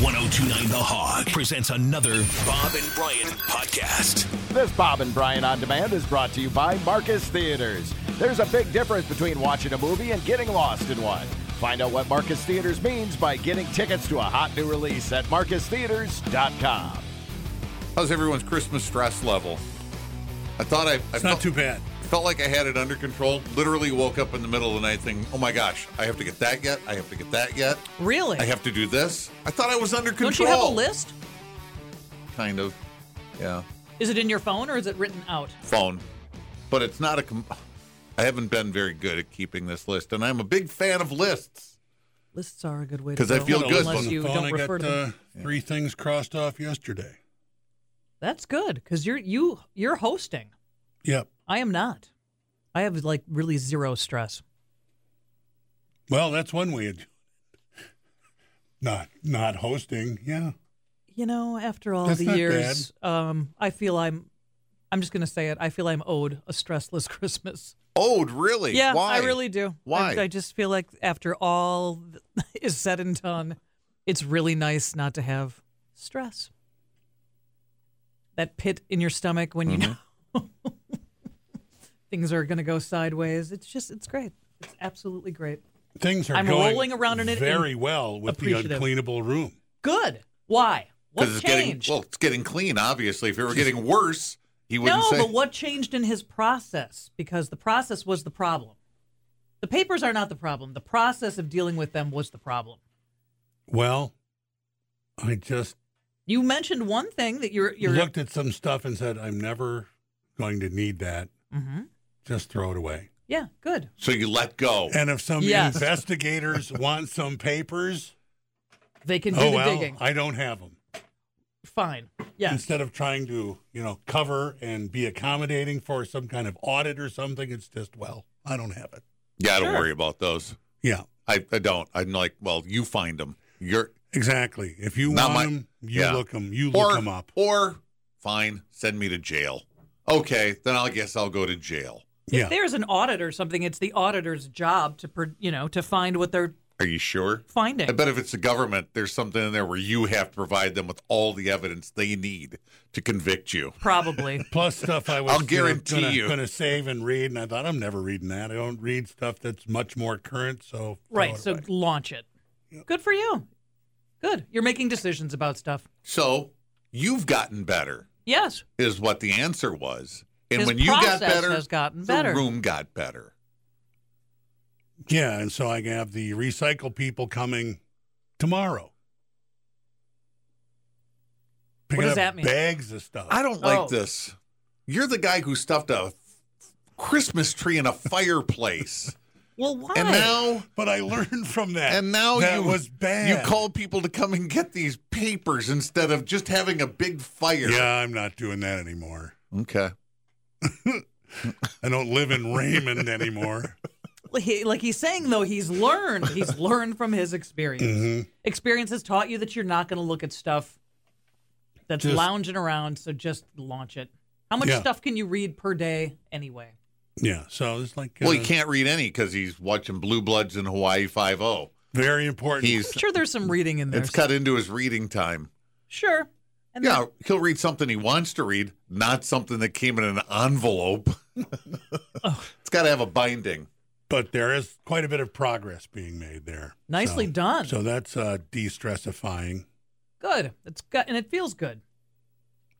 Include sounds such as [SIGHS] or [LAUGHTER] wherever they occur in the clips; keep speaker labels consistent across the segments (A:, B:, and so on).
A: 1029 The Hog presents another Bob and Brian podcast.
B: This Bob and Brian on Demand is brought to you by Marcus Theaters. There's a big difference between watching a movie and getting lost in one. Find out what Marcus Theaters means by getting tickets to a hot new release at marcustheaters.com.
C: How's everyone's Christmas stress level? I thought I, I
D: It's not too bad.
C: felt like I had it under control. Literally woke up in the middle of the night thinking, oh my gosh, I have to get that yet. I have to get that yet.
E: Really?
C: I have to do this. I thought I was under control.
E: Don't you have a list?
C: Kind of. Yeah.
E: Is it in your phone or is it written out?
C: Phone. But it's not a. Com- I haven't been very good at keeping this list, and I'm a big fan of lists.
E: Lists are a good way to
C: 'Cause I
E: go,
C: feel
D: Got a
C: good,
D: list on
E: unless
D: the
E: you
D: phone.
E: don't
D: I
E: refer
D: got,
E: to them.
D: uh, three things crossed off yesterday.
E: That's good because you're you you're hosting.
D: Yep.
E: I am not. I have like really zero stress.
D: Well, that's one way. Of, not not hosting. Yeah.
E: You know, after all
D: That's
E: the
D: not
E: years, um, I feel I'm. I'm just gonna say it. I feel I'm owed a stressless [LAUGHS] Christmas.
C: Oh, really?
E: Yeah,
C: Why?
E: I really do. I-
C: Why?
E: I, just feel like after all [LAUGHS] is said and done, it's really nice not to have stress. That pit in your stomach when
C: Mm-hmm.
E: you know [LAUGHS] things are going to go sideways. It's just, it's great. It's absolutely great.
D: Things are
E: I'm
D: going
E: rolling around in it
D: very
E: and
D: well with the
E: appreciative.
D: uncleanable room.
E: Good. Why? What
C: 'Cause it's getting
E: changed?
C: well, it's getting clean. Obviously, if it were getting worse, he wouldn't
E: no,
C: say.
E: but what changed in his process? Because the process was the problem. The papers are not the problem. The process of dealing with them was the problem.
D: Well, I just
E: You mentioned one thing that you're you're
D: looked at some stuff and said, I'm never going to need that.
E: hmm
D: Just throw it away.
E: Yeah, good.
C: so you let go.
D: And if some
E: Yes.
D: investigators want some papers,
E: They can do
D: oh
E: the
D: well,
E: digging.
D: I don't have them.
E: Fine. Yes.
D: Instead of trying to, you know, cover and be accommodating for some kind of audit or something, it's just, well, I don't have it.
C: yeah, I don't
E: Sure.
C: worry about those.
D: Yeah,
C: I, I don't. I'm like, well, you find them. You're
D: exactly. If you
C: Not
D: want
C: my-
D: them, you
C: yeah.
D: look 'em- You
C: or,
D: look them up.
C: Or fine, send me to jail. Okay, then I guess I'll go to jail.
D: Yeah.
E: If there's an audit or something, it's the auditor's job to pro- you know to find what they're
C: Are you sure?
E: finding.
C: I bet if it's the government, there's something in there where you have to provide them with all the evidence they need to convict you. [LAUGHS]
E: Probably.
D: Plus stuff I was
C: I'll guarantee
D: gonna,
C: you.
D: gonna save and read, and I thought I'm never reading that. I don't read stuff that's much more current. So throw
E: right.
D: it
E: So
D: away.
E: launch it. Good for you. Good. You're making decisions about stuff.
C: So you've gotten better,
E: Yes.
C: is what the answer was. And
E: His
C: when you got
E: process
C: better,
E: has gotten
C: the
E: better.
C: room got better.
D: yeah, and so I have the recycle people coming tomorrow. Picking
E: does
D: up
E: that mean?
D: Bags of stuff.
C: I don't like
E: Oh.
C: this. You're the guy who stuffed a Christmas tree in a
E: [LAUGHS]
C: fireplace,
E: Well, why?
C: and now
D: But I learned from that.
C: And now
D: that
C: you
D: was bad.
C: You call people to come and get these papers instead of just having a big fire.
D: Yeah, I'm not doing that anymore.
C: Okay.
D: I don't live
C: [LAUGHS]
D: in Raymond anymore.
E: He- like he's saying though, he's learned.
D: [LAUGHS]
E: He's learned from his experience.
D: Mm-hmm.
E: Experience has taught you that you're not going to look at stuff that's
D: Just-
E: lounging around. So just launch it. How much
D: Yeah.
E: stuff can you read per day anyway?
D: Yeah, so it's like uh,
C: Well, he can't read any because he's watching Blue Bloods and Hawaii Five O.
D: very important.
C: He's
E: I'm sure there's some reading in there.
C: it's cut into his reading time.
E: Sure. And
C: Yeah, he'll read something he wants to read, not something that came in an
E: [LAUGHS]
C: envelope. It's got to have a binding.
D: but there is quite a bit of progress being made there.
E: Nicely
D: So-
E: done.
D: So that's uh, de-stressifying.
E: good. It's good, and it feels good.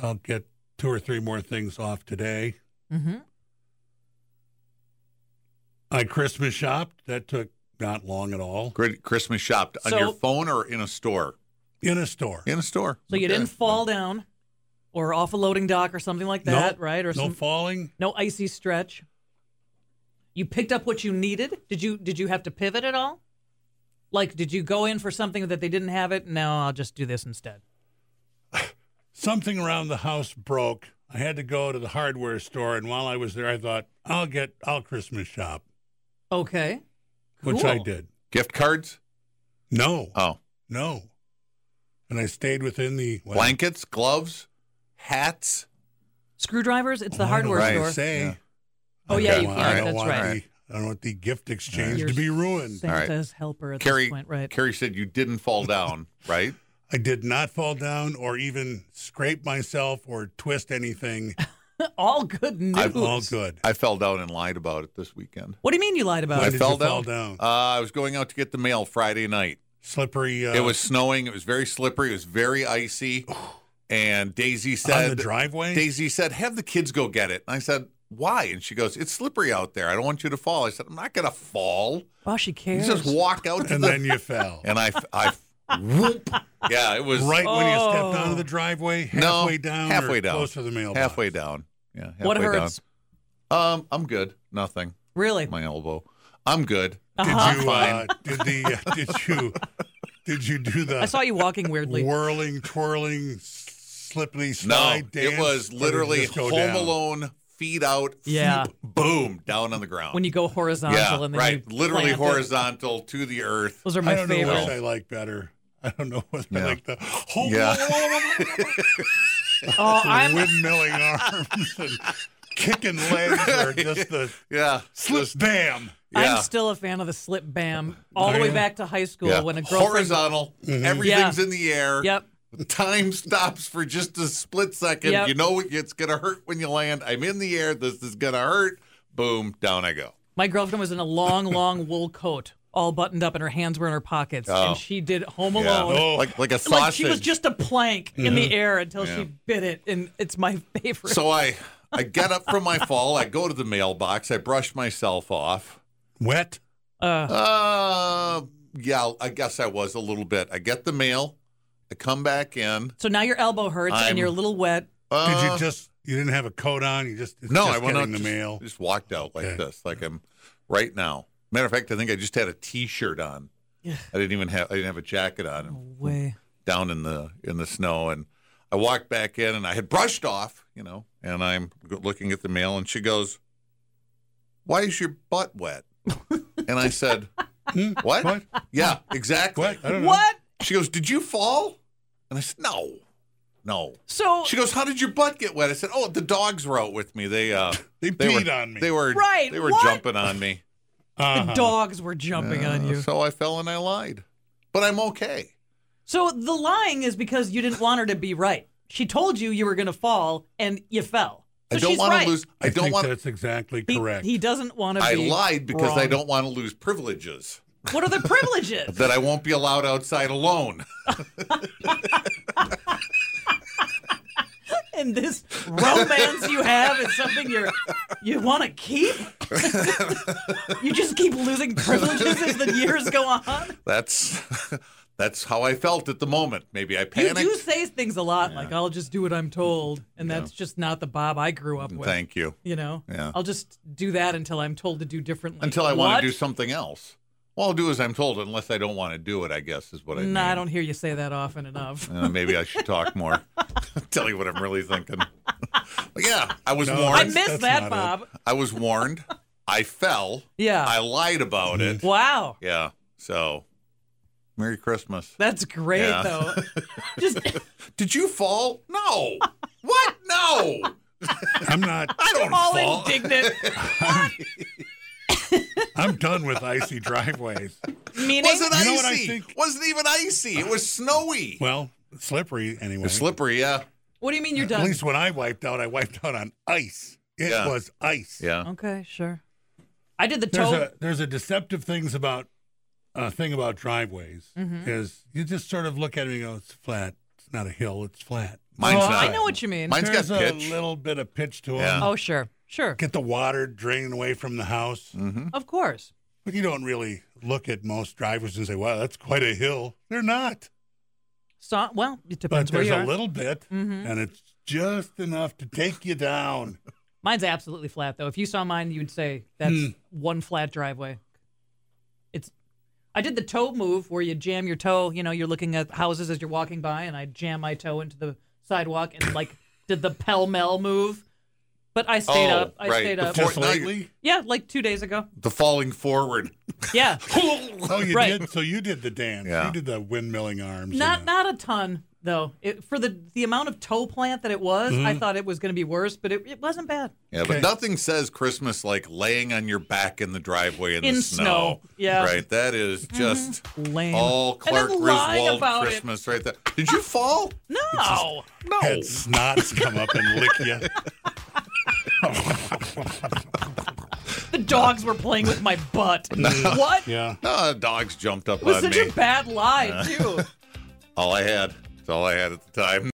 D: I'll get two or three more things off today.
E: Mm-hmm.
D: I Christmas shopped. That took not long at all.
C: Great Christmas shopped on
E: So-
C: your phone or in a store?
D: In a store.
C: In a store.
E: So you
C: Okay.
E: didn't fall down, or off a loading dock, or something like that,
D: Nope.
E: right? Or
D: no
E: some
D: falling.
E: no icy stretch. You picked up what you needed. Did you Did you have to pivot at all? Like, did you go in for something that they didn't have it? No, I'll just do this instead.
D: Something around the house broke. I had to go to the hardware store, and while I was there, I thought I'll get I'll Christmas shop,
E: Okay.
D: which I
E: Cool.
D: did.
C: Gift cards?
D: No,
C: Oh,
D: no. And I stayed within the well,
C: blankets, gloves, hats.
E: Screwdrivers. It's the
D: I don't know
E: hardware
D: what
C: right.
E: store.
D: to Say.
C: Yeah.
E: Oh, yeah,
C: you
D: I
C: can't.
D: don't
E: That's
D: want
E: right.
D: the- I don't want the gift exchange
E: You're
D: to be ruined.
C: All right.
E: Santa's helper at
C: Carrie,
E: this point, right? [LAUGHS]
C: Carrie said you didn't fall down, right?
D: I did not fall down or even scrape myself or twist anything.
E: All good news.
C: I've-
D: All good.
C: I fell down and lied about it this weekend.
E: What do you mean you lied about
D: Why
C: I
E: it?
D: did
C: fell
D: you fall
C: down.
D: down?
C: Uh, I was going out to get the mail Friday night.
D: Slippery. Uh,
C: it was snowing. It was very slippery. It was very
D: [SIGHS]
C: icy. And Daisy
D: on the
C: said,
D: driveway.
C: Daisy said, have the kids go get it. And I said, why? And she goes, it's slippery out there. I don't want you to fall. I said, I'm not going to fall.
E: Well, Oh, she
C: You
E: cares.
C: just walk out to
D: and
C: the.
D: then
C: [LAUGHS]
D: you fell.
C: and I, I, whoop. Yeah, it was
D: Right when you
E: Oh.
D: stepped onto the driveway,
C: No,
D: halfway down, or
C: halfway down.
D: close to the mailbox.
C: halfway down. Yeah, halfway
E: what hurts?
C: down. Um, I'm good. Nothing.
E: Really?
C: My elbow. I'm good.
E: Uh-huh.
D: Did
C: I'm
D: you?
C: fine.
D: Uh, did the? Uh, [LAUGHS] did you? Did you do the?
E: I saw you walking weirdly.
D: [LAUGHS] whirling, twirling, slippity
C: No,
D: slide dance.
C: it was
D: or did
C: literally
D: just
C: Home
D: go down?
C: Alone, feet out,
E: Yeah.
C: phoop, boom, down on the ground.
E: when you go horizontal
C: yeah,
E: and then
C: right,
E: you
C: literally
E: plant it.
C: horizontal to the earth.
E: Those are
D: I
E: my
D: don't know which
E: favorite.
D: I like better. I don't know what
C: Yeah.
D: I like the Home
C: Yeah.
E: [LAUGHS]
D: Alone
E: Oh,
D: and
E: I'm [LAUGHS]
D: windmilling arms and kicking legs or just the
C: Yeah,
D: slip
C: just-
D: bam.
C: yeah.
E: I'm still a fan of the slip bam all the
D: Are
E: way
D: you?
E: back to high school
C: yeah.
E: when a girlfriend.
C: horizontal.
D: Mm-hmm.
C: Everything's in the air.
E: Yep.
C: Time stops for just a split second.
E: Yep.
C: You know it's gonna hurt when you land. I'm in the air. This is gonna hurt. Boom, down I go.
E: My girlfriend was in a long, long wool coat, all buttoned up, and her hands were in her pockets.
C: Oh.
E: And she did Home Alone.
C: Yeah,
D: Oh.
C: like like a sausage. Mm-hmm.
E: Like she was just a plank in the air until
C: Yeah.
E: she bit it, and it's my favorite.
C: so I I get up from my fall. I go to the mailbox. I brush myself off.
D: Wet.
E: uh,
C: Uh, yeah, I guess I was a little bit. I get the mail. I come back in.
E: so now your elbow hurts
C: I'm-
E: and you're a little wet.
C: Uh,
D: Did you just? You didn't have a coat on. You just it's
C: no,
D: Just
C: I went out
D: getting the
C: just,
D: mail.
C: Just walked out like
D: Okay.
C: this, like I'm right now. Matter of fact, I think I just had a T-shirt on.
E: Yeah.
C: I didn't even have. I didn't have a jacket on.
E: Way.
C: Down in the in the snow, and I walked back in, and I had brushed off, you know. And I'm looking at the mail, and she goes, "Why is your butt
D: [LAUGHS]
C: wet?" and I said,
D: Hmm?
C: "What?
D: What?
C: Yeah, exactly.
D: What? I don't know.
E: What?
C: She goes, Did you fall? And I said, No, no.
E: So
C: She goes, How did your butt get wet? I said, Oh, the dogs were out with me. They
D: [LAUGHS]
C: uh,
D: They
C: they
D: peed
C: were,
D: on me.
C: They were
E: Right,
C: They were
E: what?
C: jumping on me.
E: the
D: Uh-huh.
E: dogs were jumping on
C: Uh,
E: you.
C: So I fell and I lied, but I'm okay.
E: So the lying is because you didn't want her to be right. She told you you were going to fall, and you fell. So
C: I don't
E: she's
C: want
E: right.
C: to lose. I, don't
D: think
C: want.
D: That's exactly
E: He,
D: correct.
E: he doesn't want to.
C: I
E: be
C: lied because I
E: wrong.
C: don't want to lose privileges
E: What are the
C: [LAUGHS]
E: privileges?
C: that I won't be allowed outside alone. [LAUGHS]
E: and this romance you have is something you're you want
C: [LAUGHS]
E: to keep. you just keep losing privileges as the years go on.
C: That's [LAUGHS] that's how I felt at the moment. Maybe I
E: You
C: panicked.
E: do say things a lot like "I'll just do what I'm told," and that's just not the Bob I grew up with.
C: Thank you.
E: you know,
C: Yeah.
E: I'll just do that until I'm told to do differently.
C: Until I
E: What?
C: want to do something else. Well, I'll do as I'm told, unless I don't want to do it. I guess is what I. mean.
E: No, I don't hear you say that often enough.
C: Uh, maybe I should talk
E: [LAUGHS]
C: more. [LAUGHS] Tell you what I'm really thinking. But yeah, I was
D: No,
E: I
C: warned.
D: miss-
E: missed
D: that's
E: that,
D: not
E: Bob.
C: I was warned. I fell.
E: Yeah.
C: I lied about it.
E: wow.
C: Yeah. So, Merry Christmas.
E: That's great
C: Yeah. [LAUGHS]
E: though. Just
C: Did you fall?
E: [LAUGHS]
C: No. what? No.
D: I'm not.
C: [LAUGHS] I don't
E: all
C: fall.
D: [LAUGHS]
E: indignant.
D: I'm done with icy driveways.
E: Meaning
C: Wasn't
D: You
C: icy.
D: know what I think?
C: Wasn't even icy. It was snowy.
D: Well, slippery anyway.
C: It's slippery. Yeah.
E: what do you mean you're
D: At
E: done?
D: least when I wiped out, I wiped out on ice. It
C: Yeah.
D: was ice.
C: Yeah.
E: Okay, sure. I did the
D: There's
E: toe. Oh,
D: a there's a deceptive things about uh, thing about driveways is you just sort of look at it and go, it's flat. It's not a hill. It's flat.
C: Mine's
E: Oh,
C: not.
E: I know what you mean.
C: Mine's
D: There's
C: got
D: a
C: pitch.
D: little bit of pitch to it.
C: Yeah.
E: Oh, sure, sure,
D: Get the water draining away from the house.
E: of course.
D: But you don't really look at most drivers and say, wow, that's quite a hill. They're not.
E: So, well, it
D: But
E: depends where
D: there's
E: you
D: a
E: are. Mm-hmm.
D: little bit, and it's just enough to take
E: [LAUGHS]
D: you down.
E: Mine's absolutely flat, though. If you saw mine, you'd say that's
D: Hmm.
E: one flat driveway. It's. I did the toe move where you jam your toe. You know, you're looking at houses as you're walking by, and I jam my toe into the sidewalk and like did the pell mell move. But I stayed
C: Oh,
E: up. I
C: right.
E: stayed
C: The
E: up.
C: four-
D: Just lately?
E: yeah, like two days ago.
C: The falling forward.
E: Yeah,
D: [LAUGHS] Oh, you
E: Right.
D: did. So you did the dance.
C: Yeah.
D: You did the windmilling arms. and
E: not
D: the-
E: not a ton though. It, for the the amount of toe plant that it was, I
C: Mm-hmm.
E: thought it was going to be worse, but it, it wasn't bad.
C: Yeah,
D: Okay.
C: but nothing says Christmas like laying on your back in the driveway in,
E: In
C: the
E: snow. Yeah. Mm-hmm.
C: Right. That is just
E: Lame.
C: all
E: And then
C: Clark
E: lie
C: Griswold
E: about it.
C: Christmas right there. Did you fall?
E: No,
D: had snots come up and
E: [LAUGHS]
D: lick you.
E: the dogs were playing with my butt.
C: [LAUGHS]
E: What?
D: Yeah.
C: Ah, dogs jumped up
E: It was
C: on
E: such
C: me. [LAUGHS]
E: a bad lie too.
C: all I had. That's all I had at the time.